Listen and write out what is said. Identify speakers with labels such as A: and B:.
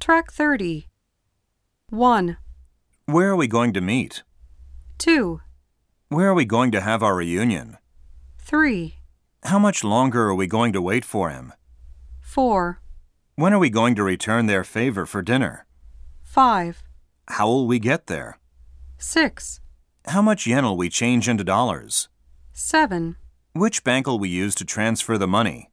A: Track 30. 1,
B: Where are we going to meet?
A: 2,
B: Where are we going to have our reunion?
A: 3,
B: How much longer are we going to wait for him?
A: 4,
B: When are we going to return their favor for dinner?
A: 5,
B: How will we get there?
A: 6,
B: How much yen'll we change into dollars?
A: 7.
B: Which bank'll we use to transfer the money?